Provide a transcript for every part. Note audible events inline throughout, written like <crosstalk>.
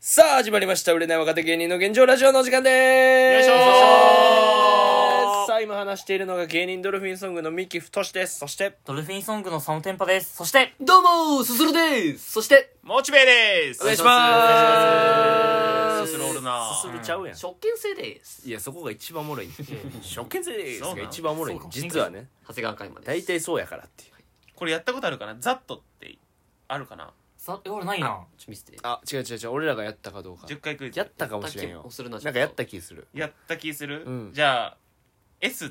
さあ、始まりました。売れない若手芸人の現状ラジオのお時間でーす。よいしょーさあ、今話しているのが芸人ドルフィンソングの三木太です。そして、ドルフィンソングのサムテンパです。そして、どうもすするですそして、モチベですお願いしますすするおるなすするちゃうやん。食券制ですいや、そこが一番おもろいんだよ。初見ですそうながの一番おもろいんだよ。そう実はね、長谷川会まで大体そうやからっていう。これやったことあるかなザットってあるかなさ、え、俺ないな。ちょ見せてあ、違う違う違う。俺らがやったかどうか。 10回クイズやったかもしれんよ卓球をするな。なんかやった気する。やった気する、うんじゃあ S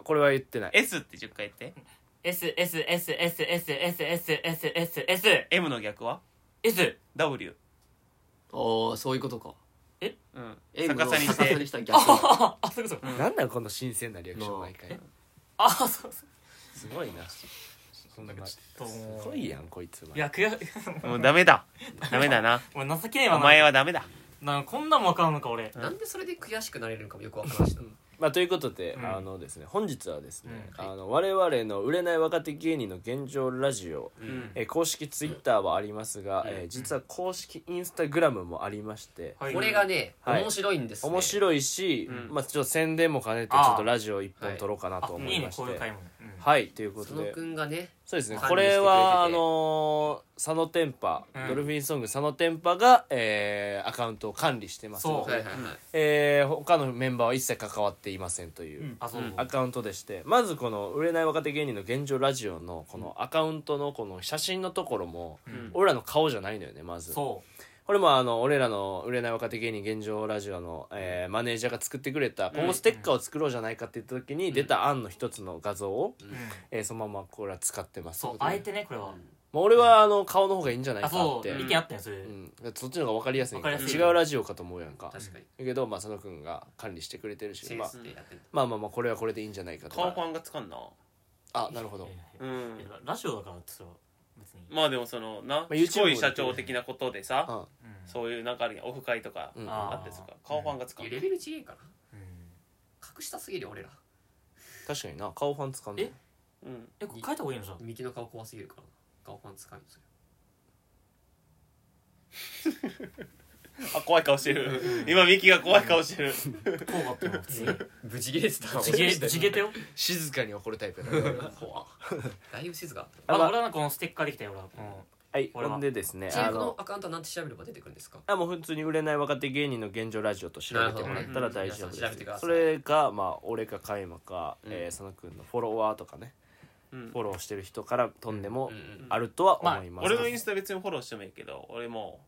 あ、これは言ってない。 S って10回言って S、S、S、S、S、S、S、S、S、S、 M の逆は S。 W、おーそういうことかうん、え逆さにし逆さてにしたあ逆ははあ、そういうこと。なんなんこの新鮮なリアクション毎な回。あ、そうそう。すごいな。そんなすどうもごいやん、こいつは。い <laughs> や、悔や、もうダメだダメだな俺情けねえわおな。前はダメだなんかこんなんもわからんのか、俺。なんでそれで悔しくなれるのかもよくわからんしなまあ、ということで、うんあのですね本日はですね、うんはいあの我々の売れない若手芸人の現状ラジオ、んえー公式ツイッターはありますが、えー実は公式インスタグラムもありまして、はいこれがねはい面白いんですね面白いし、うんまあ、ちょっと宣伝も兼ねてちあーょっとラジオ一本撮ろうかなあと、思いいいねま、しこういうて回も。うんはいというこそとのでくんがねそうですね管理これはあしてくれててのー佐野天パ、うんドルフィンソング佐野天パが、えーアカウントを管理してますのそはでい、はいはいえー他のメンバーは一切関わっていませんという。あ、そう。アカウントでしてまずこの売れない若手芸人の現状ラジオのこのアカウントのこの写真のところもうん俺らの顔じゃないのよねまずそこれもあの俺らの売れない若手芸人現状ラジオの、えーマネージャーが作ってくれた今後ステッカーを作ろうじゃないかって言った時に出た案の一つの画像を、う。うん。えーそのままこれは使ってますそう、まあえてね、これは。あ俺はあの顔の方がいいんじゃないかあ、っそう。て意見あったよ、それう。ん、だってそっちの方が分かりやすい分かりやすい違うラジオかと思うやんかだ確かにけど、まあ、佐野君が管理してくれてるし、セまンあ、スでやってるまあまあまあこれはこれでいいんじゃないかと顔感がつかんなあなるほどうんいやラジオだからってそれは別に。まあでもそのな、ま YouTube い社長的なことでさ、うんうんそういうなんかあるやんオフ会とかうんあったりするから顔感がつかんレベル違えからうん格下すぎるよ俺ら確かにな顔ファン使うんだえうんえ、これ書いた方がいいのじゃん。右の顔怖すぎるから顔パン使いですよあ怖い顔してる今ミキが怖い顔してるこうだったよ、普通に。ブチギレした地毛、地毛だよ。静かに怒るタイプや <laughs> 怖だいぶ静かあ、あまあ俺はなんかこのステッカーできたよ、俺は。うんはい俺はほんでですねちなみあにこののアカウントは何て調べれば出てくるんですかあもう普通に売れない若手芸人の現状ラジオと調べてもらったら大丈夫なるほどうん皆さん調べでてくださすいそれがまあ俺か加山かうんえー佐野くんのフォロワーとかねうんフォローしてる人から飛んでもうんうんあるとは思います俺のインスタ別にフォローしてもいいけど俺も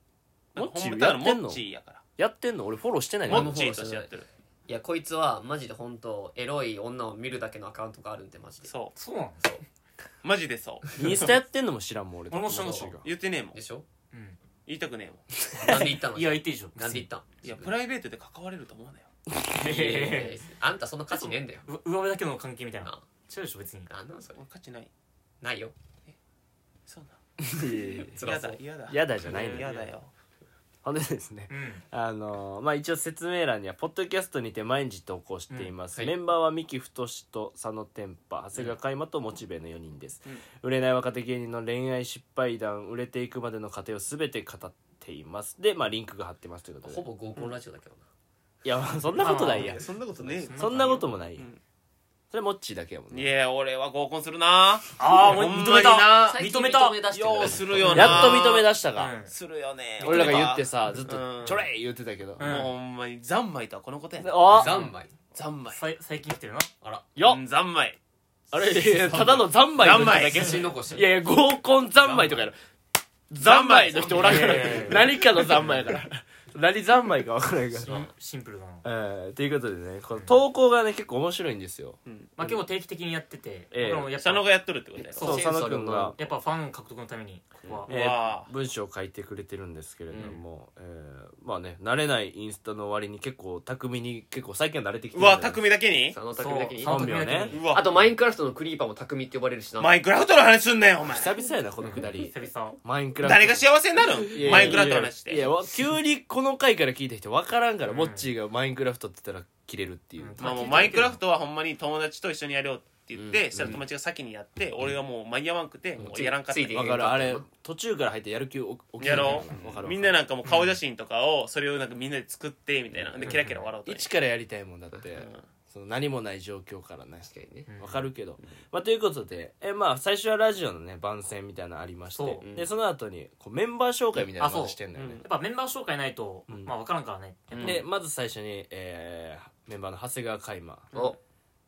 うモッチーほんまただのやってんのモッチーやかやってんの俺フォローしてないらのモッチーとしてやってるいやこいつはマジで本当エロい女を見るだけのアカウントがあるんでマジでそそうなのうマジでそうインスタやってんのも知らんもん俺俺も知らんかった言ってねえもんでしょうん。言いたくねえもんなんで言ったのいや、言っていいでしょ。なんで言ったんいやプライベートで関われると思うなよいやいやいやいやあんたそんな価値ねえんだよ <laughs> う上辺だけの関係みたいな。あ違うでしょ、別に。あんなのそれ俺価値ないないよそうな <laughs> 辛嫌そだう嫌だやだじゃないの嫌だよほんでですねうん。あのーまあ一応説明欄には「ポッドキャストにて毎日投稿しています」うんはいメンバーは三木太志と佐野天パ長谷川海馬とモチベの4人です、うん売れない若手芸人の恋愛失敗談売れていくまでの過程を全て語っていますでまあリンクが貼ってますということでほぼ合コンラジオだけどないやまあそんなことないやそんなことねそんなこともない、うんそれモッチーだけやもんえいねや俺は合コンするなああ、もうほん認まめにたな最近認めた認め出してくれようするよなやっと認め出したか、うんするよね俺らが言ってさずっうとん「ちょれい!」言ってたけど、うんもうほんまに三昧とはこのことやねあ三昧三昧さい最近来てるな。あらよっうん三昧あ <laughs> れいやただの三昧の人だけ写真残しいやいや、合コン三昧とかやろ。三昧の人おらんからいやいやいや。何かの三昧やから。何三昧か分からんから。シンプルだな。えー、ということでね、この投稿がね、結構面白いんですよ。まあ結構定期的にやってて、ええ僕らもやっぱ佐野がやっとるってことやろそう、そう佐野くんが、やっぱファン獲得のために、ここは。えうわー、文章を書いてくれてるんですけれども、えー、まあね、慣れないインスタの割に結構巧みに、結構最近は慣れてきてるうんわだよね匠だけに佐野そう匠だけに佐野匠本名ねだけにうわあとマインクラフトのクリーパーも匠って呼ばれるしなマインクラフトの話すんなよお前久々やな、このくだり。久々。マインクラフト。誰が幸せになるいやいやんマインクラフトの話しいやいやてわ急にこの回から聞いた人分からんから、うんモッチーがマインクラフトって言ったら切れるっていう、うんまあもうマインクラフトはほんまに友達と一緒にやるよっって言って、うんしたら友達が先にやって、俺がもう間に合わんくて、もうやらんかったついてわかるあれ途中から入ってやる気を起きやろうわかるわかうるみんななんかもう顔写真とかをそれをなんかみんなで作ってみたいなでキラキラ笑うとね一からやりたいもんだって、んその何もない状況からね確かにねわかるけど、まあ、ということでえ、まあ、最初はラジオのね番宣みたいなのありましてそうでその後にこうメンバー紹介みたいなあそのうしてんだよね、うんやっぱメンバー紹介ないと、うんまあ分からんからねやっぱでまず最初に、えーメンバーの長谷川海馬、お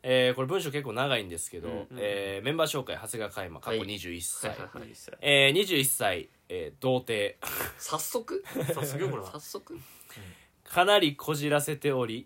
えーこれ文章結構長いんですけど、うんえーメンバー紹介長谷川海馬過去21歳、はいはいいいっすよえー21歳、えー童貞早速そうすげえこれは早速かなりこじらせており、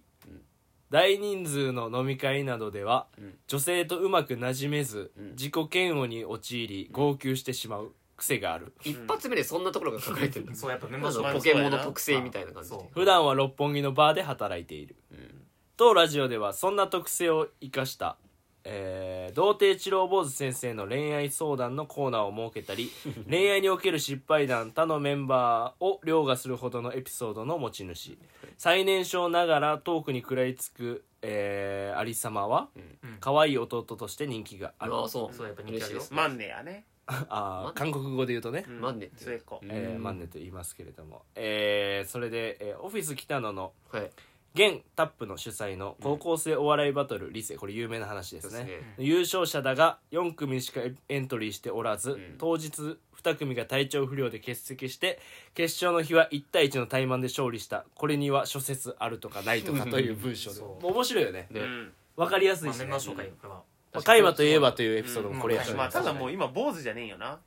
大人数の飲み会などでは、うん女性とうまくなじめず、うん自己嫌悪に陥り号泣してしまう癖がある一発目でそんなところが書かれてるんですそうやっぱメンバまーず紹まあ介ポケモンの特性みたいな感じでそう普段は六本木のバーで働いている、ん当ラジオではそんな特性を生かした、えー童貞治郎坊主先生の恋愛相談のコーナーを設けたり恋愛における失敗談他のメンバーを凌駕するほどのエピソードの持ち主最年少ながらトークに食らいつく、えー、有様は、うん可愛い弟として人気があるああそうそうやっぱ人気あるよ嬉しいですマンネやねあー韓国語で言うとね、うんマンネって末っ子えーマンネと言いますけれども、えーそれで、えーオフィス北野のはい現タップの主催の高校生お笑いバトルリセこれ有名な話ですそうねです優勝者だが4組しかエントリーしておらず、ん当日2組が体調不良で欠席して決勝の日は1対1の対マンで勝利したこれには諸説あるとかないとかという文章でそう面白いよねねうんわかりやすいまあしメねンバー紹介これはまあ海馬といえばというエピソードもこれやし、うんまあただもう今坊主じゃねえんよな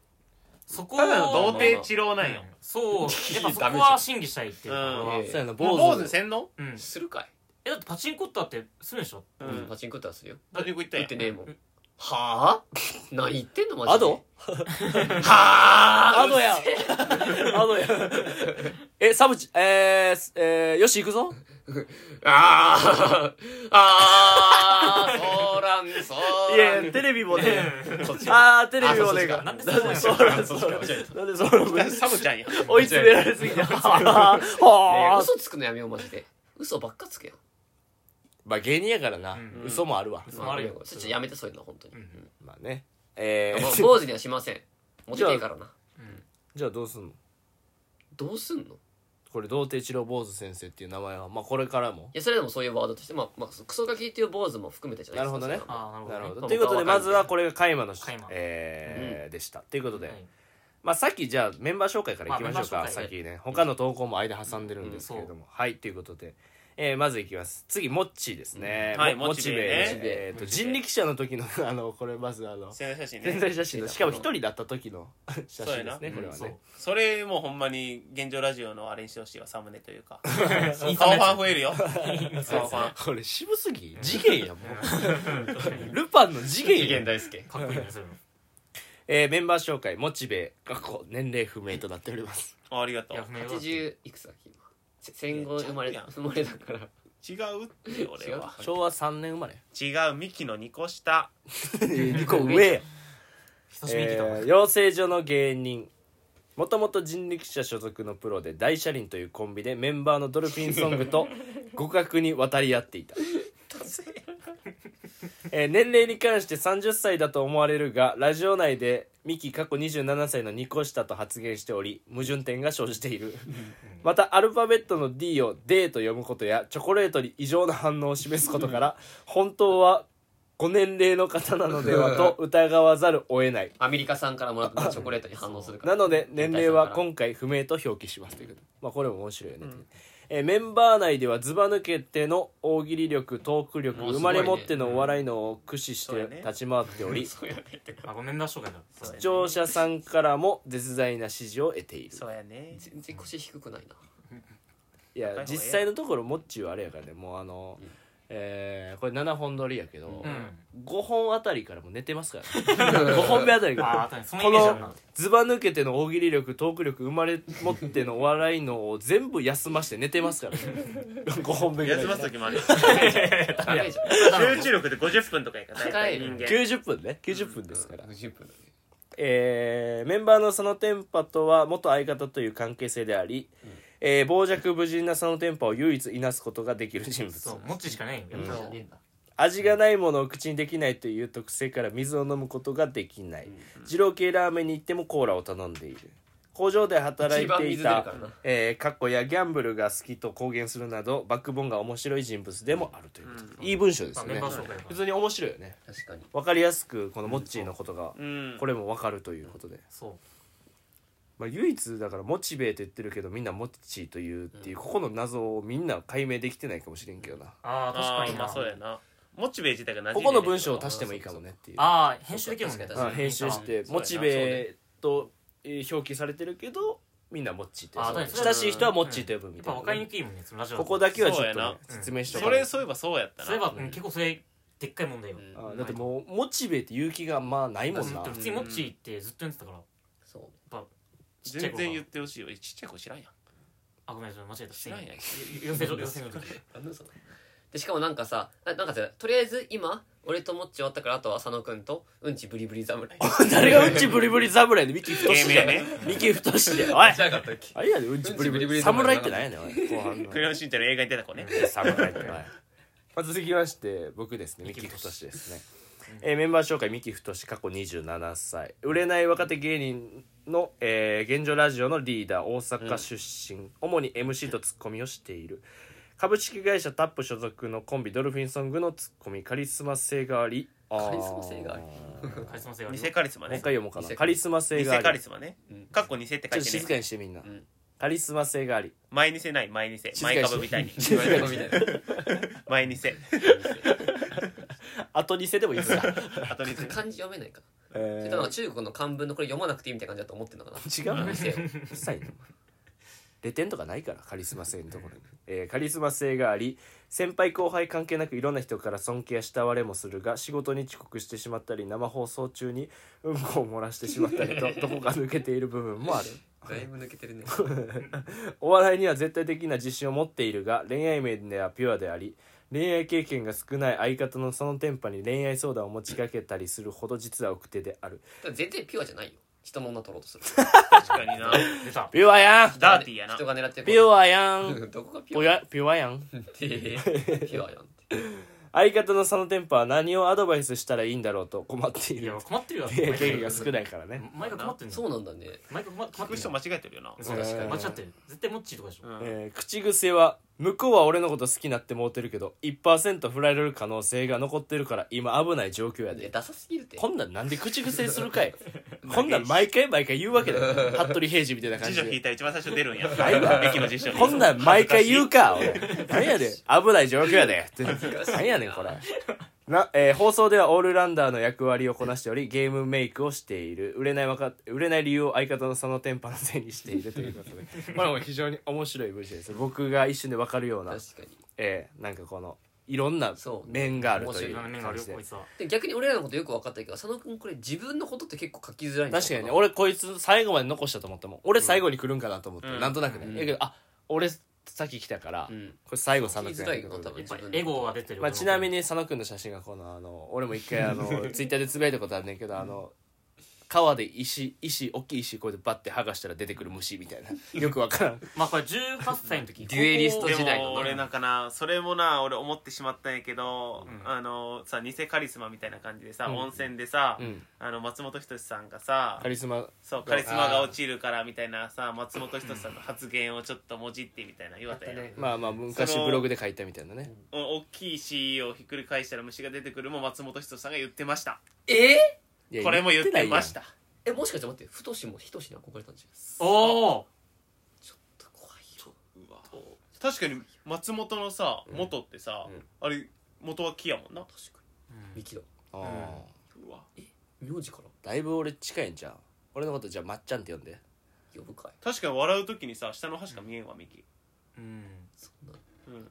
そこただの童を貞治郎なんよそうやっ <laughs> ぱそこは審議したいっていうかうんえそうやなもう坊坊主主でせんのうんするかいえだってパチンコってあってするでしょううんんパチンコってはするよパチンコ行った言やってんねえもんはあ何言ってんのマジでアドはあアドやんアドやんえサブチえーすえー、よし行くぞああああそうらんそういらやんテレビもねそっちあーテレビもあそねうそうなんでなんでそそううななんんやですなんでそうなんですサブ <laughs> ちゃんやん追い詰められすぎて <laughs> はぁねえはぁ嘘つくのやめようマジで嘘ばっかつけよまあ芸人やからな、うん嘘もあるわ嘘まもああるちょよっとやめてそういうの本当にうんまあねえ <laughs> もうー、坊主にはしませんモテていからなじゃあどうすんのどうすんのいこれ童貞治郎坊主先生っていう名前はまあこれからもやそれでもそういうワードとしてまあまあクソガキっていう坊主も含めてじゃないですかなるほどねそれはああなるなるほほどどといねうことでまずはこれが開馬の開幕えーでしたということで、はいまあ、さっきじゃあメンバー紹介からいきましょうか、まあメンバー紹介さっきね他の投稿も間挟んでるんですけれども、はいということで、えーまずいきます次モッチーですね、うんはいもモッチーねモッチーえーとモッチー人力車の時のあのこれまずあ <laughs> の宣材写真潜ね在写真のしかも一人だった時の写真ですねそうやなこれはそうねそれもうほんまに現状ラジオのあれにしてほしいわサムネという <laughs> かインス顔フタのやつァン増えるよ顔ファンこれ渋すぎ次元やもうルパンの次元や大輔かっこいいねそれもえーメンバー紹介モチベ過去年齢不明となっておりますあありがというや不明は80いくつだっけ今せ戦後生まれいや生まれだから違うって俺は昭和3年生まれ違うミキの2個下2個上や久しぶりに聞いたもんえー養成所の芸人もともと人力車所属のプロで大車輪というコンビでメンバーのドルフィンソング <laughs> と互角に渡り合っていた、えー年齢に関して30歳だと思われるがラジオ内でミキ過去27歳の2個下と発言しており矛盾点が生じているまたアルファベットの D を D と読むことやチョコレートに異常な反応を示すことから本当はご年齢の方なのではと疑わざるを得ないアメリカ産からもらったチョコレートに反応するからなので年齢は今今回不明と表記しますということまあこれも面白いよね、えーメンバー内ではずば抜けての大喜利力トーク力、もうす生ごまいねれ持ってのお笑いのを駆使しそうやてね立ち回っており、そうやねってかあごめんな紹介だそう視やね聴者さんからも絶大な支持を得ているそうやね全然腰低くないないや若い方がええ実際のところもっちはあれやからねもうあの、えーこれ7本撮りやけど、うん5本あたりからもう寝てますから、ね、5本目あたりかああら確かにそのこイメージあるのなずば抜けての大喜利力トーク力生まれ持ってのお笑いのを全部休まして寝てますからね5本目ぐらい休ます時もある <laughs> よ高いじゃん集中力で50分とかやから大体人間90分ね90分ですから、 10分だねえーメンバーのその天パとは元相方という関係性であり、えー傍若無人なその天パを唯一いなすことができる人物そうモッチーしかないよやっぱじゃねえんだ味がないものを口にできないという特性から水を飲むことができない二郎系ラーメンに行ってもコーラを頼んでいる工場で働いてい一番水出るかたらな、えー、カッコやギャンブルが好きと公言するなどバックボーンが面白い人物でもあるということ、いい文章ですよまあメねンバー紹介普通に面白いよね確かにわかりやすくこのモッチーのことがうんこれもわかるということで、そまあ、唯一だからモチベーと言ってるけどみんなモッチーというっていうここの謎をみんな解明できてないかもしれんけどなうああ確かあーになまあそうやなモチベ自体が馴染んこでこの文章を足してもいいかもねっていうあー編集できるもんね確かあに編集してそうやなモチベーとえー表記されてるけどみんなモッチーって呼ぶあ確かに親しい人はモッチーと呼ぶやみったいぱな分かりにくいもんねそのラジオここだけはちょっそうやとな説明しとかそないれそういえばそうやったなそういえば、うん結構それでっかい問題よ、うんあだってもうモチベーって勇気がまあないもんなだって普通にモッチーってずっと言ってたからやっそぱちっちゃい全頃から然言ってほしいよちっちゃい子知らんやんあごめんなさい間違えた知らんやん養成所養成所の時うなんだそれでしかもなんかさあなんかさとりあえず今俺とモッチ終わったからあとは浅野くんとうんちブリブリ侍誰がうんちブリブリ侍でミキ太 <laughs> ゲーしムでやねミキ太しでおい違うかったっけあれやでうんちブリ <laughs> ブリ侍ってなんやねんおい後半のクレヨンしんちゃんの映画に出た子ね侍っておいまあ続きまして僕ですねミキ太しですねえーメンバー紹介ミキ太し過去27歳売れない若手芸人の、えー現状ラジオのリーダー大阪出身、主に MC とツッコミをしている株式会社タップ所属のコンビドルフィンソングのツッコミカリスマ性がありカカリスマ性がありカリスマ性がある偽カリスマもうね一回読もうかな偽カリスマ性偽がありカリスマねうんかっこ偽ってち書ょっといて静ねかにしてみんな、んカリスマ性があり前偽ない前偽静かにして前株みたいにみたいな前 <laughs> 偽後偽でもいいですかあと偽漢字読めないかそれえともなんか中国の漢文のこれ読まなくていいみたいな感じだと思ってんのかなー、違う店をうるさいなレテンとかないからカリスマ性のところに、えーカリスマ性があり先輩後輩関係なくいろんな人から尊敬や慕われもするが仕事に遅刻してしまったり生放送中にうんこを漏らしてしまったりとどこか抜けている部分もあるだいぶ抜けてるねお笑いには絶対的な自信を持っているが恋愛面ではピュアであり恋愛経験が少ない相方のそのテンパに恋愛相談を持ちかけたりするほど実は奥手であるただ全然ピュアじゃないよ人の女取ろうとする確かにな出たピュアや <laughs> んダーティーやな人が狙ってピュアアやん <laughs> どこがピピュュアアピュアやんってピュアやん <laughs> って相方の佐野天パは何をアドバイスしたらいいんだろうと困っていいやる困ってるよ経験が少ないからね、毎回困ってるそうなんだね毎回困困っ聞てくる人間違えてるよなそう確かに間違ってる絶対モッチーとかでしょうんえー口癖は「向こうは俺のこと好きになってもうてるけど1%振られる可能性が残ってるから今危ない状況やいやでダサすぎるって」こんなんなんで口癖するかいこんなん毎回毎回言うわけだよ服部平次みたいな感辞じ書引いでたら一番最初出るんやいわ駅の辞書にこんなん毎回言うか俺何やで危ない状況やでってしいな何やねんこれな、えー放送ではオールラウンダーの役割をこなしておりゲームメイクをしている売れないわか売れない理由を相方のそのテンパのせいにしているということでこれも非常に面白い文章です僕が一瞬で分かるような確、かにえーなんかこのいろんなそう面があるとい面ういろんな面があ感るよじでこいつはで逆に俺らのことよく分かったけど佐野くんこれ自分のことって結構書きづらいんだろうな確かにね俺こいつ最後まで残したと思ったもん俺最後に来るんかなと思って、うんなんとなくね、うんだけどあ俺先来たから、うんこれ最後佐野聞き君づらいよな多分やっ自ぱ分のエゴが出てるまあ、ちなみに佐野くんの写真がこのあの俺も一回あ <laughs> のツイッターでつぶやいたことあるねんけどあの川で石石大きい石こうやってバッて剥がしたら出てくる虫みたい <laughs> なよくわからんまあこれ18歳の時デュエリストで時代もの俺なんかなそれもな俺思ってしまったんやけど、うんあのさ偽カリスマみたいな感じでさ、うん温泉でさ、うんあの松本人志さんがさカリスマそうカリスマが落ちるからみたいなさ松本人志さんの発言をちょっともじってみたいな言われたやん、まあまあ昔そのブログで書いたみたいなねお大きい C をひっくり返したら虫が出てくるも松本人志さんが言ってましたえいやこれも言ってまし言たーえもしかして待って太しも人しに憧れたんじゃないですおおか怖いよ確かに松本のさ元ってさ、うんあれ元は木やもんな確かにミキだてないやんあうわ名字からーだいぶ俺近いんじゃん俺のことじゃあまっちゃんって呼んで呼ぶかい確かに笑う時にさ下の歯しか見えんわミキ、うんそ <laughs> んなうん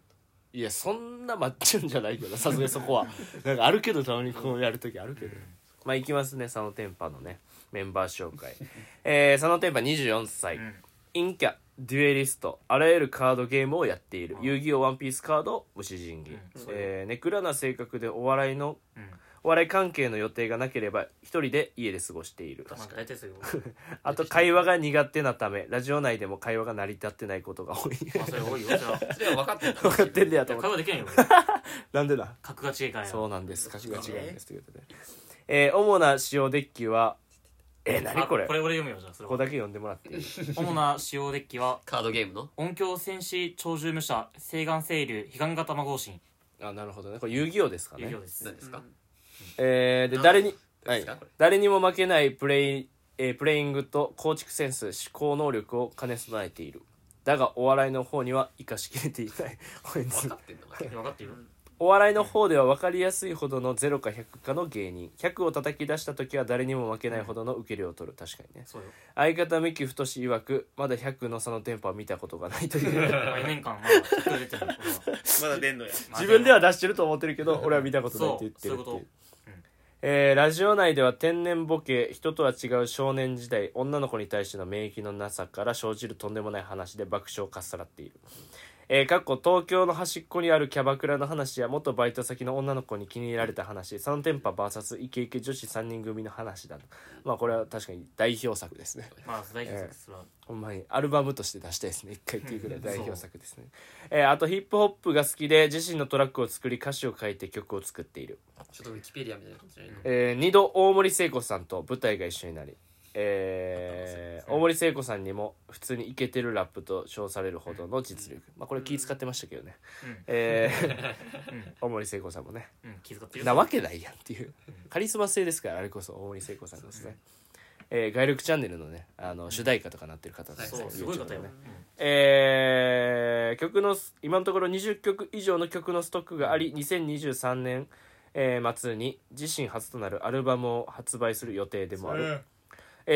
いやそんなまっちゃんじゃないけどなさすがにそこ <laughs> はなんかあるけどたまにこうやる時あるけどまあいきますね佐野天パのねメンバー紹介えー、佐野天パ24歳、うんインキャデュエリストあらゆるカードゲームをやっている、遊戯王ワンピースカード無視人技、うんえーネクラな性格でお笑いのうんおお笑い関係の予定がなければ一人で家で過ごしている確かまあ大に体そうよあと会話が苦手なためラジオ内でも会話が成り立ってないことが多いまあそれ多いよそれはそれは分かってた分かってんだよと会思って話できないよなんでだ格が違いから <laughs> よそうなんです歌詞が違うんですということで、えー主な使用デッキはえー、あ何これここれ俺読むよじゃあそれこだけ読んでもらっていい主な使用デッキはカードゲームの音響戦士鳥獣武者西岸清流彼岸型魔法神あなるほどねこれ遊戯王ですか遊ね戯王です何ですか、えーでなん誰に、どうはでいすかこれ、誰にも負けないプレイ、えープレイングと構築センス思考能力を兼ね備えているだがお笑いの方には生かしきれていないこい分つかってんだ負けいや分かってるよ <laughs> お笑いの方では分かりやすいほどの0か100かの芸人100を叩き出した時は誰にも負けないほどの受け量を取る確かにねそうよ相方三木太志曰くまだ100の差の電波は見たことがないというまあ4年間まだ作れて <laughs> るよ俺はまだ出んのやまあ自分では出してると思ってるけど俺は見たことないって言ってるってそうそういういうこえーラジオ内では天然ボケ人とは違う少年時代女の子に対しての免疫のなさから生じるとんでもない話で爆笑をかっさらっている、えーかっこ東京の端っこにあるキャバクラの話や元バイト先の女の子に気に入られた話サンテンパ VS イケイケ女子3人組の話だとまあこれは確かに代表作ですねまあ大丈夫ですそれはほんまにアルバムとして出したいですね一回っていうぐらい代表作ですね、えーあとヒップホップが好きで自身のトラックを作り歌詞を書いて曲を作っている、ちょっとウィキペディアみたいな感じじゃないのえ2度大森聖子さんと舞台が一緒になり、えー大森聖子さんにも普通にイケてるラップと称されるほどの実力、まあ、これ気使ってましたけどね、うんえ <laughs> ー大森聖子さんもねうん気遣ってるなわけないやんっていうカリスマ性ですからあれこそ大森聖子さんですね、えー、外力チャンネルのねあの主題歌とかなってる方ですそうすごい方よ YouTube のねえー曲の今のところ20曲以上の曲のストックがあり2023年、えー末に自身初となるアルバムを発売する予定でもある、えー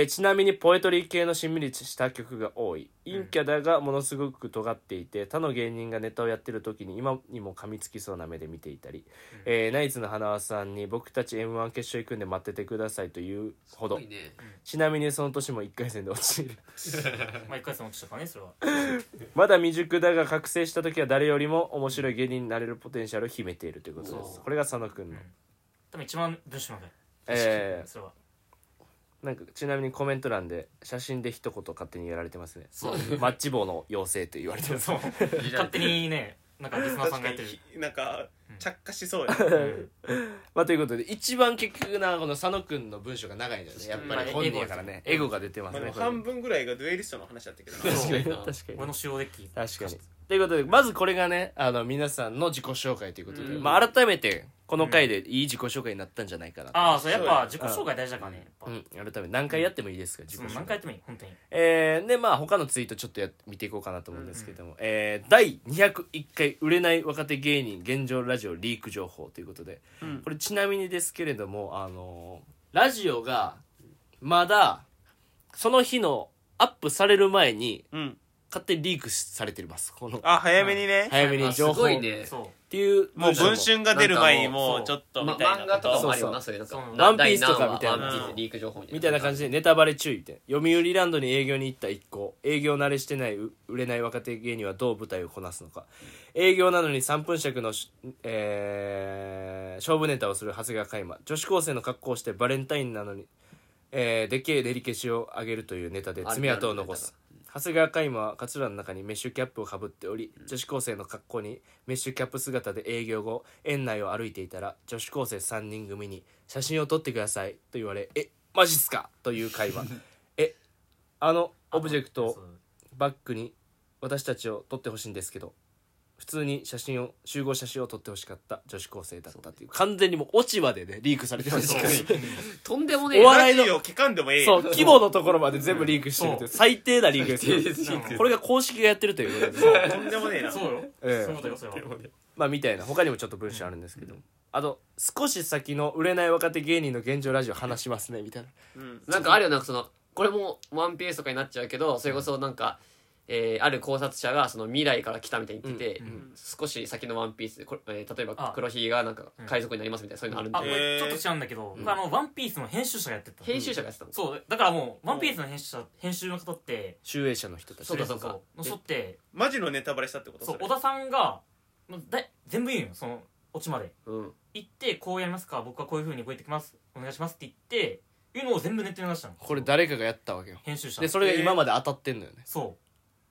ちなみにポエトリー系のしんみりした曲が多い陰キャだがものすごく尖っていて他の芸人がネタをやってる時に今にも噛みつきそうな目で見ていたり、えーナイツの花輪さんに「僕たち m 1決勝行くんで待っててください」というほすどごいねちなみにその年も1回戦で落ちるまあ一回戦落ちたからねそれはまだ未熟だが覚醒した時は誰よりも面白い芸人になれるポテンシャルを秘めているということでそすうこれが佐野くんの、多分一番文章長いえそれはー、なんかちなみにコメント欄で写真で一言勝手にやられてますねそうマッチ棒の妖精って言われてますそう勝手にねなんかリスナーさん確がかやってるになんか着火しそうやうんまあということで一番結局なこの佐野くんの文章が長いんだよねやっぱまりあ本人やからねエゴが出てまますあでねもこれ半分ぐらいがデュエリストの話だったけどなそ確うかにそう確かに俺の使用デッキ確かにということでまずこれがねあの皆さんの自己紹介ということで、うんまあ改めてこの回でいい自己紹介になったんじゃないかなと、ああそれやっぱ自己紹介大事だからねやうっん、改めて何回やってもいいですかぱ自己そ紹の介何回やってもいい本当にえーでまあ他のツイートちょっとやっ見ていこうかなと思うんですけども、えー第201回売れない若手芸人現状ラジオリーク情報ということで、これちなみにですけれどもあのーラジオがまだその日のアップされる前にうん勝手にリークされてますこのあ早めにね早めにあす情報ごっいねそうていうもう文章春が出る前にもなんうかちもょうっとみまたいな漫画とかそうもあるよなそういうなんかそうワンピースとかみたいな第何話ワンピースリーク情報みたいなみたいな感じでネタバレ注意みたいな読売ランドに営業に行った一行営業慣れしてないう売れない若手芸人はどう舞台をこなすのか営業なのに3分尺のし、えー勝負ネタをする長谷川海馬女子高生の格好をしてバレンタインなのに、えーでっけえデリケシをあげるというネタで爪痕を残す長谷川海馬はカツラの中にメッシュキャップをかぶっており女子高生の格好にメッシュキャップ姿で営業後園内を歩いていたら女子高生3人組に「写真を撮ってください」と言われ「えマジっすか?」という会 <laughs> 話えあのオブジェクトをそうバックに私たちを撮ってほしいんですけど普通に写真を集合写真を撮ってほしかった女子高生だったっていう完全にもう落ち葉でねリークされてましたから確とんでもねおえ笑いラのジオ聞かんでもええそよう規模のところまで全部リークしてるっていう最低なリークですよ低これが公式がやってるということでとんでもねえなそうよそうええいうことよそれはまあみたいな他にもちょっと文章あるんですけど、あと少し先の売れない若手芸人の現状ラジオ話しますねみたいなうんなんかあるよなんかそのこれもワンピースとかになっちゃうけどそれこそなんか、えーある考察者がその未来から来たみたいに言ってて、うんうん少し先のワンピースでこれ、えー例えばあ黒ひげがなんかうん海賊になりますみたいなそういうのあるんであこ、れちょっと違うんだけど僕あのワンピースの編集者がやってた編集者がやってたの、そうだからもうワンピースの編集者編集の方って集英社の人たちそうかそうかの人ってマジのネタバレしたってことそうそれ小田さんがもうだい全部言うよそのオチまでうん行ってこうやりますか僕はこういうふうに動いてきますお願いしますって言っていうのを全部ネットに流したのこれ誰かがやったわけよ編集者でそれが今まで当たってんのよねそ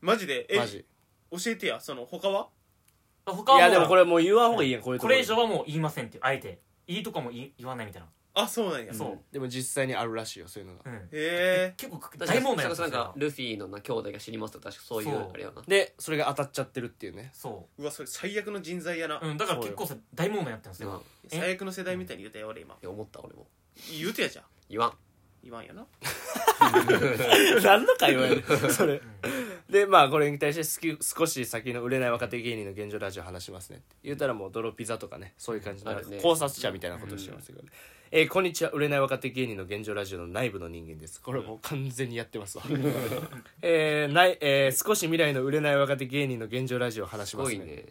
マジでえマジ教えてやその他はう他いはもうやでもこれもう言わん方がいいやんこういうとここれ以上はもう言いませんっていうあえていいとかも言い言わないみたいなあそうなんやそうでも実際にあるらしいよそういうのがうんへえ結構確か大に問題だそったれこそなんんですよかルフィのな兄弟が死にますとか確かそういそううあれやなでそれが当たっちゃってるっていうねそー、うわそれ最悪の人材やな、う、うん、だから結構さ大問題やったんですうんよいえ最悪の世代みたいに言うたよ俺今や思った俺も言うてやじゃん言わん言わんよな <laughs> 何の会話やねんそれでまあこれに対してすき少し先の売れない若手芸人の現状ラジオ話しますねって言うたらもう泥ピザとかねそういう感じのあるね考察者みたいなことしてますけどね、えーこんにちは売れない若手芸人の現状ラジオの内部の人間ですこれもう完全にやってますわ <laughs> えーない、えー少し未来の売れない若手芸人の現状ラジオ話しすまごすいねね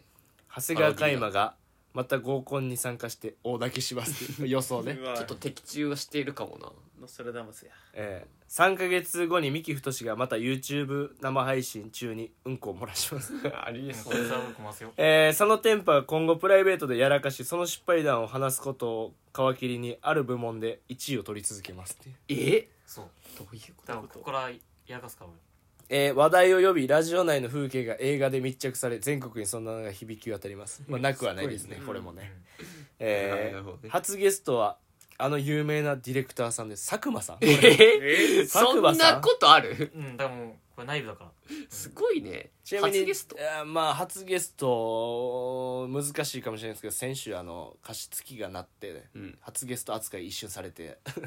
長谷川嘉馬がまた合コンに参加して大泣きしますっていう予想ねうわちょっと的中はしているかもなノストラダムスやえー、3か月後に三木太がまた YouTube 生配信中にうんこを漏らします <laughs> ありえそれさ僕もますよえー、その店舗は今後プライベートでやらかしその失敗談を話すことを皮切りにある部門で1位を取り続けますっていう、えそうどういうこだからここからやらかすか俺えー、話題を呼びラジオ内の風景が映画で密着され全国にそんなのが響き渡ります、まあ、なくはないですねすこれもね、えなるほどー、ね初ゲストはあの有名なディレクターさんです佐久間さんええそんなことあるうんだからもうこれ内部だからすごいねちなみに初ゲストえーまあ初ゲスト難しいかもしれないですけど先週あの加湿器が鳴って、うん初ゲスト扱い一瞬されてー、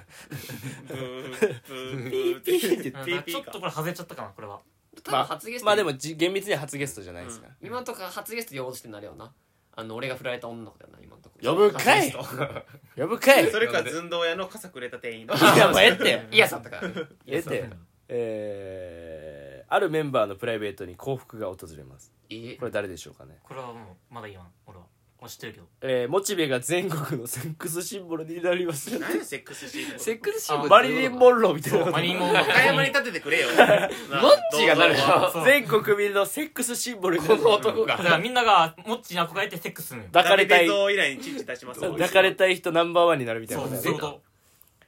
ブーブーブーってピーうんだピからーちょっとかこれ外れちゃったかなこれは多分初ゲストまあでもじ厳密には初ゲストじゃないですから、今のとか初ゲスト呼ぼうとしてんのあれよなあの俺が振られた女の子だよな今のとこ呼ぶかい呼ぶかいそれか寸胴屋の傘くれた店員のいやもうええってイヤさんとかええってうんえーあるメンバーのプライベートに幸福が訪れますえこれ誰でしょうかねこれはもうまだ言わん俺は俺知ってるけどえーモチベが全国のセックスシンボルになります何やセックスシーンセックスシーンあもマリリン・モンローみたいなそうことマリンモン岡山に立ててくれよマッチがなるよそう全国民のセックスシンボルになこるの男 <laughs> だからがみんながモッチーに憧れてセックスするのよ抱かれたい以来にチンチ出します抱かれたい人ナンバーワンになるみたいなそことうそうやそういうねこ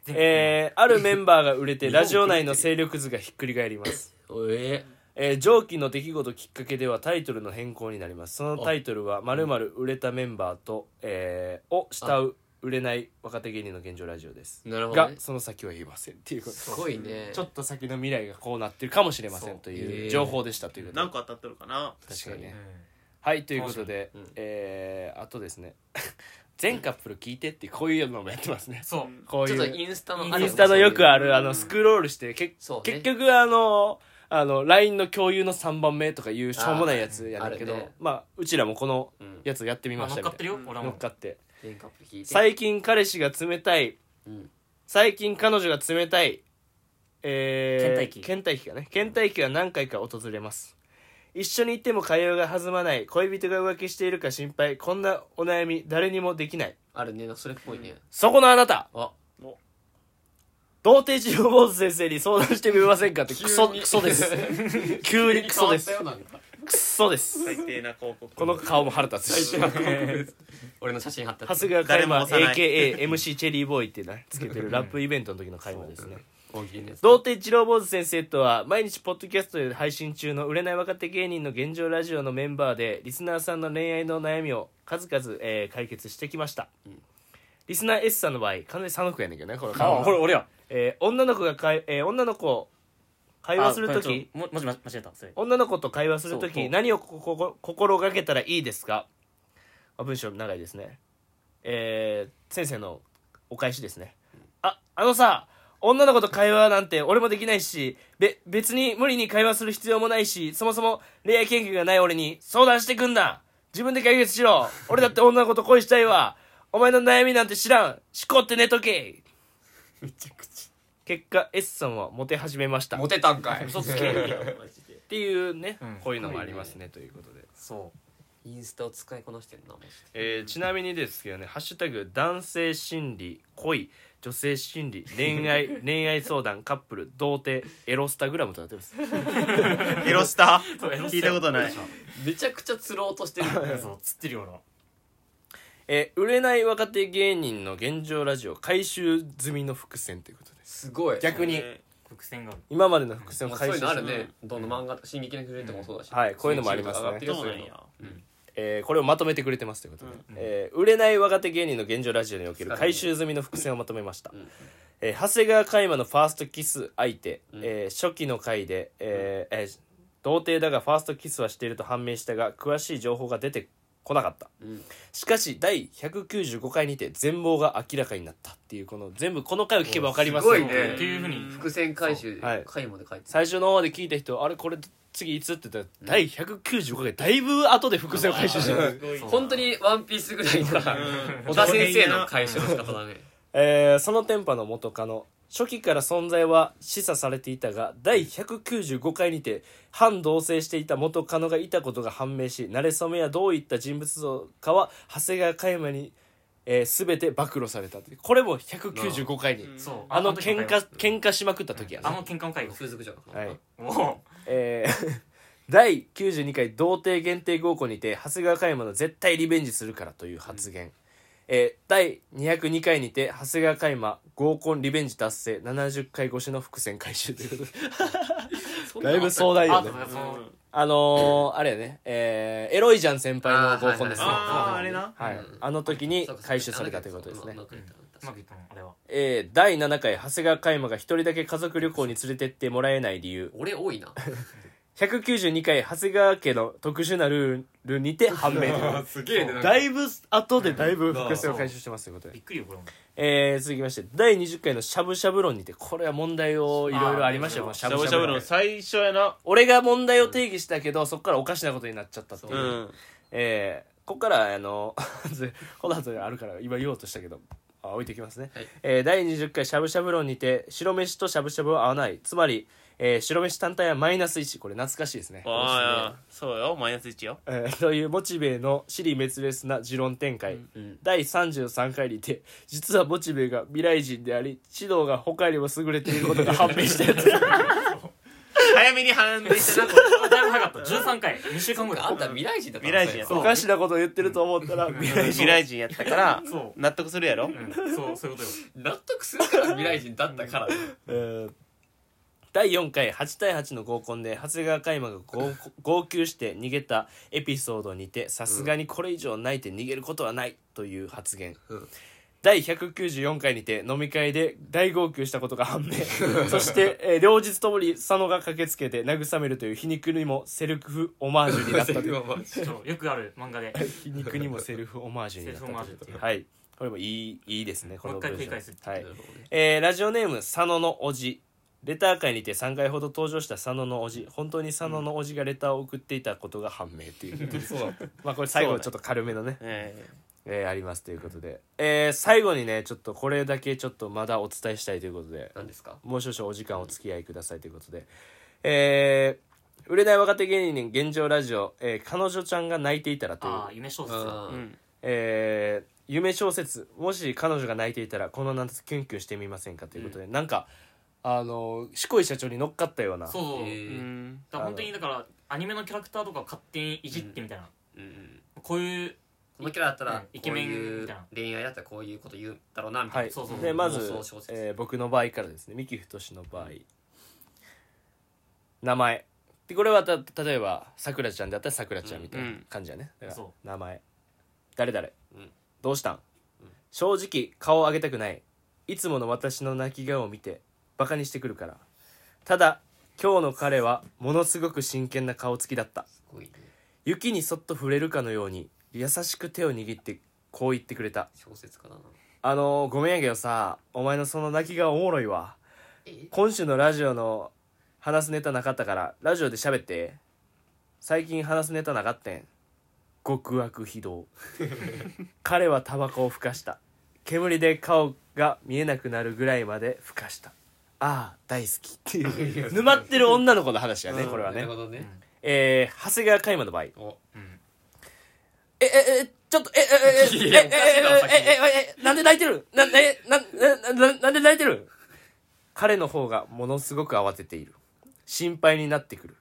とえーあるメンバーが売れてラジオ内の勢力図がひっくり返ります、ええー上記の出来事きっかけではタイトルの変更になりますそのタイトルは「まる売れたメンバーと」えーを慕う売れない若手芸人の現状ラジオですなるほどがねその先は言いませんっていうことすごいねちょっと先の未来がこうなってるかもしれませそんうとへいうー情報でしたということで何個当たっとるかな確かにうねんはいということで、うんえーあとですね <laughs> 全カップル聞いてってこういうのもやってますねそうこうちいょうっとインスタのインスタのよくあるあうのんスクロールしてけ、そうね結局あのあの LINE の共有の3番目とかいうしょうもないやつやねんけどあーあるねまあうちらもこのうんやつやってみまましあ乗ったかみたってるいようん俺なは乗もっかって全カップル聞いて最近彼氏が冷たいうん最近彼女が冷たいえー、倦怠期倦怠期がね倦怠期が何回か訪れます一緒にいても会話が弾まない恋人が浮気しているか心配こんなお悩み誰にもできないあるねそれっぽいねそこのあなたあ童貞治療坊主先生に相談してみませんかってクソ急にクソです急にクソです変わったよなんかクソです最低な広告この顔も腹立つし俺の写真貼った長谷川嘉馬誰も押さない AKAMC チェリーボーイってなつけてるラップイベントの時の嘉馬ですね大喜利のやつ童貞治郎坊主先生とは毎日ポッドキャストで配信中の売れない若手芸人の現状ラジオのメンバーでリスナーさんの恋愛の悩みを数々、えー解決してきました、リスナー S さんの場合完全に佐野くんやねんけどねこれこれ俺や、えー女の子がかい、えー女の子を会話するあとこれちきょももしもし間違えたそれ女の子と会話するとそうそきう何をこここ心がけたらいいですかあ文章長いですねえー、先生のお返しですねああのさ女の子と会話なんて俺もできないしべ別に無理に会話する必要もないしそもそも恋愛経験がない俺に相談してくんな自分で解決しろ俺だって女の子と恋したいわお前の悩みなんて知らん思考って寝とけめちゃくち結果 S さんはモテ始めましたゃっモテたんかい嘘つけんよマジでていうね、うんこういうのもありますねということでそうインスタを使いこなしてるなマジえーちなみにですけどね「ハッシュタグ男性心理恋女性心理恋愛 <laughs> 恋愛相談カップル童貞エロスタグラム」となってますエロスタそうエロスタ聞いたことない <laughs> でめちゃくちゃ釣ろうとしてるそう釣ってるよ俺はえー売れない若手芸人の現状ラジオ回収済みの伏線ということですすごい逆にえ伏線がある今までの伏線をまあそう回い収うしてのあるねどの漫画進撃の巨人とかもそうだし、はいこういうのもありますねーそうどういなうんのやえーこれをまとめてくれてますということで、うんえー売れない若手芸人の現状ラジオにおける回収済みの伏線をまとめました、んえー長谷川嘉山のファーストキス相手、うんえー初期の回で、えーえー童貞だがファーストキスはしていると判明したが詳しい情報が出てこなかったうんしかし第195回にて全貌が明らかになったっていうこの全部この回を聞けば分かりますすごよいねっていうふうに伏線回収はい回まで書いて最初の方で聞いた人あれこれ次いつって言ったら第195回だいぶ後で伏線を回収してる <laughs> すごいな本当にワンピースぐらいなうん小田先生の回収の仕方だねえーそのテンパの元カノ初期から存在は示唆されていたが第195回にて反同棲していた元カノがいたことが判明し馴れ初めはどういった人物像かは長谷川嘉山に、えー全て暴露されたってこれも195回に、うんそうあの時の喧回嘩喧嘩しまくった時やあな、の喧嘩の回風俗じゃんはいもえー <laughs> 第92回童貞限定合コンにて長谷川嘉山の絶対リベンジするからという発言、えー第202回にて長谷川嘉山合コンリベンジ達成70回越しの伏線回収ということでだいぶ壮う大よあねとかそのあのー、あれやね、えーエロいじゃん先輩の合コンですねああああれなはいうんあの時に回収されたということですね <laughs> そうかそうかうまくいったのあれはえー第7回長谷川嘉山が一人だけ家族旅行に連れてってもらえない理由俺多いな192回長谷川家の特殊なルールにて判明ということですげえねなんかだいぶ後でだいぶ伏線を回収してますということでびっ、くりよこれもえー、続きまして第20回のしゃぶしゃぶ論にてこれは問題をいろいろありましたよこあーのししゃゃぶぶししゃゃぶぶ論の最初やな俺が問題を定義したけどそこからおかしなことになっちゃったっていう、そううんえー、ここからあの <laughs> この後にあるから今言おうとしたけどあ置いてきますね、はいえー第20回しゃぶしゃぶ論にて白飯としゃぶしゃぶは合わないつまり、えー白飯単体はマイナス1これ懐かしいですねああそうよマイナス1よえ <laughs> ーというモチベの私利滅裂な持論展開、うん第33回にて実はモチベが未来人であり知能が他よりも優れていることが判明したやつ早めに判明してなあだいぶ早かった13回2週 <laughs> 間後あんだた未来人だった未来人や <laughs> そおかしなことを言ってると思った <laughs> ら未来人未来人やったからそ納得するやろう、うん、そうそういうことよう納得するから未来人だっ <laughs> たからねえー第4回8対8の合コンで長谷川嘉馬が号号泣して逃げたエピソードにてさすがにこれ以上泣いて逃げることはないという発言、うん第194回にて飲み会で大号泣したことが判 <laughs> 明そして、えー両日ともに佐野が駆けつけて慰めるという皮肉にもセルフオマージュになったという <laughs> そうよくある漫画で皮肉にもセルフオマージュになったとセルフオマージュっていうはいこれもいいいいですねこのもう一回文章繰り返すってはないるほどねえーラジオネーム佐野のおじレター会にて3回ほど登場した佐野のおじ本当に佐野のおじがレターを送っていたことが判明っていうそうだったまあこれ最後ちょっと軽めのね、ええーありますということで、えー最後にねちょっとこれだけちょっとまだお伝えしたいということで何ですかもう少々お時間お付き合いくださいということでえー売れない若手芸人現状ラジオ、えー彼女ちゃんが泣いていたらという <laughs> ああ夢小説えあうーんえー夢小説もし彼女が泣いていたらこの夏キュンキュンしてみませんかということで、なんかあのしこい社長に乗っかったようなそうそう、えうーんだから本当にだからアニメのキャラクターとかを勝手にいじってみたいな、うんこういうこのキャラだったうんらイケメンこういうみたいな恋愛だったらこういうこと言うだろうなみたはいいなそうそうでまず妄想小、説えー僕の場合からですね三木太の場合名前でこれはた例えばさくらちゃんだったらさくらちゃんみたいな感じやね、だからそ名前誰誰、うんどうしたん、正直顔を上げたくないいつもの私の泣き顔を見てバカにしてくるからただ今日の彼はものすごく真剣な顔つきだったすごいね雪にそっと触れるかのように優しく手を握ってこう言ってくれた小説家だなあのーごめんやけどさお前のその泣き顔おもろいわえ今週のラジオの話すネタなかったからラジオで喋って最近話すネタなかったん極悪非 <laughs> 道彼はタバコをふかした煙で顔が見えなくなるぐらいまでふかしたああ大好きっていう沼ってる女の子の話やねこれはなねるほどねえー、長谷川嘉山の場合おえ、え、え、ちょっと、え、え、え、え、え、え、え、え、え、なんで泣いてる <laughs> な、え、な、な、な、なんで泣いてる彼の方がものすごく慌てている。心配になってくる。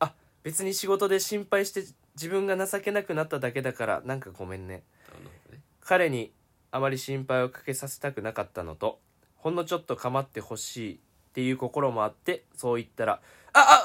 あ、別に仕事で心配して自分が情けなくなっただけだから、なんかごめんね。なるほどね彼にあまり心配をかけさせたくなかったのとほんのちょっと構ってほしいっていう心もあってそう言ったら「ああ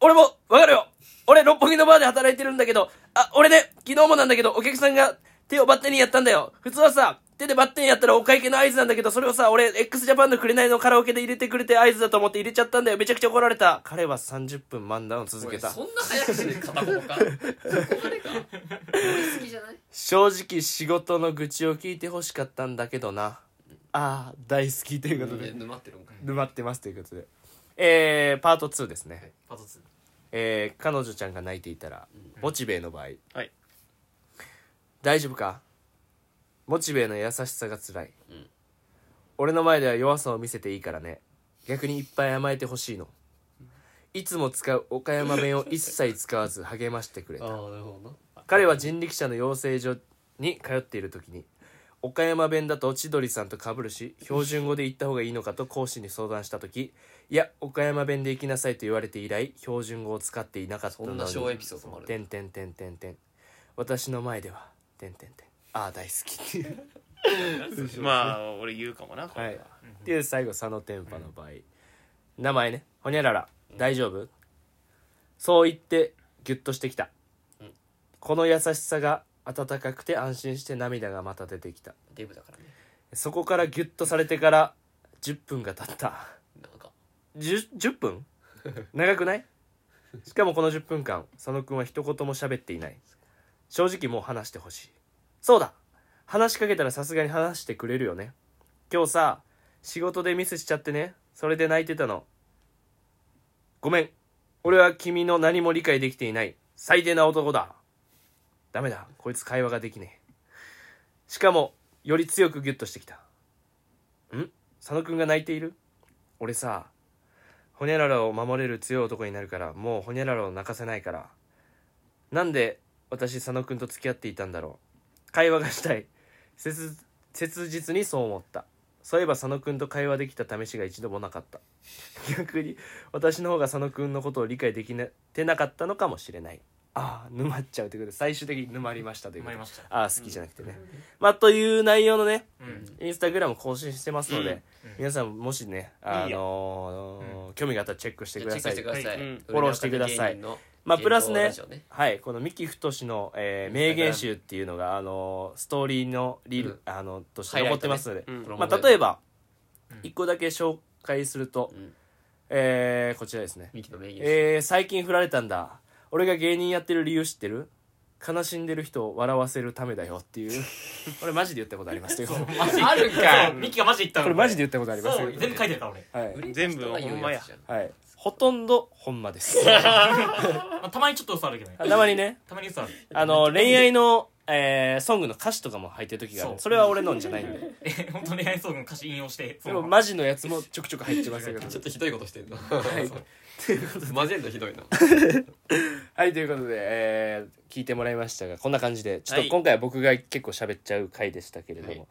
お俺もわかるよ俺六本木のバーで働いてるんだけどあ俺ね昨日もなんだけどお客さんが手をバッテンにやったんだよ普通はさ手でバッテンやったらお会計の合図なんだけどそれをさ俺 x ジャパンの紅のカラオケで入れてくれて合図だと思って入れちゃったんだよめちゃくちゃ怒られた彼は30分漫談を続けたそんな早口で片 <laughs> 言かそこまでか俺好きじゃない正直仕事の愚痴を聞いてほしかったんだけどなああ大好きということで沼ってるんかい沼ってますということでえー、パート2ですね、パート2えー、彼女ちゃんが泣いていたらモチベイの場合はい大丈夫かモチベイの優しさがつらい、ん俺の前では弱さを見せていいからね逆にいっぱい甘えてほしいのいつも使う岡山弁を一切使わず励ましてくれたああなるほどな彼は人力車の養成所に通っている時に岡山弁だと千鳥さんと被るし標準語で言った方がいいのかと講師に相談した時いや岡山弁で行きなさいと言われて以来標準語を使っていなかったそのんにな小エピソードもあてるんてんてんてんてん私の前ではてんてんてんああ大好きまあ俺言うかもなこれはいっていう最後佐野天パの場合、名前ねほにゃらら大丈夫、そう言ってギュッとしてきた、うんこの優しさが温かくて安心して涙がまた出てきたデブだからねそこからギュッとされてから10分が経ったなんか 10, 10分長くないしかもこの10分間佐野くんは一言も喋っていない正直もう話してほしいそうだ話しかけたらさすがに話してくれるよね今日さ仕事でミスしちゃってねそれで泣いてたのごめん俺は君の何も理解できていない最低な男だダメだこいつ会話ができねえしかもより強くギュッとしてきたん佐野くんが泣いている俺さホニャララを守れる強い男になるからもうホニャララを泣かせないからなんで私佐野くんと付き合っていたんだろう会話がしたい切切実にそう思ったそういえば佐野くんと会話できた試しが一度もなかった逆に私の方が佐野くんのことを理解できなてなかったのかもしれないああ沼っちゃうということで最終的に沼りましたということで沼りましたああ好きじゃなくてね、まあという内容のねうんインスタグラム更新してますので、うんうん皆さんもしね、あのー興味があったらチェックしてチくェだックさしいてください、はいうんフォローしてください上のまあプラスね芸能ラジオはいこの三木太の、えー名言集っていうのが、あのーストーリーのリール、うんあのとしてハイラ残っイトてねますので、うんまあ、例えば、ばうん一個だけ紹介すると、うん、えーこちらですねミキの名言集、えー最近振られたんだ俺が芸人やってる理由知ってる悲しんでる人を笑わせるためだよっていう <laughs> これマジで言ったことありますけ <laughs> どこあるんかいそうミキがマジで言ったのれマジで言ったことありますそよう全部書いてるから俺、はい売れた全部人が言うやつじゃんはい、ほとんどほんまですまあ、たまにちょっと嘘あるけどねたまにねたまに嘘あるあの恋愛の、えーソングの歌詞とかも入ってる時があるそうそれは俺のんじゃないんでえ本当恋愛ソングの歌詞引用して <laughs> そでのもマジのやつもちょくちょく入ってますけどちょっとひどいことしてんな <laughs> はい、 <laughs> マジェンドひどいなはい、ということで、えー聞いてもらいましたがこんな感じでちょっはとい今回は僕が結構喋っちゃう回でしたけれどもは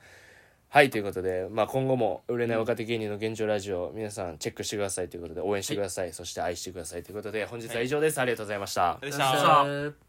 はいい、ということで、まあ、今後も売れない若手芸人の現状ラジオ、皆さんチェックしてくださいということで応援してください、そして愛してくださいということで本日は以上です、ありがとうございましたでしよたっしゃ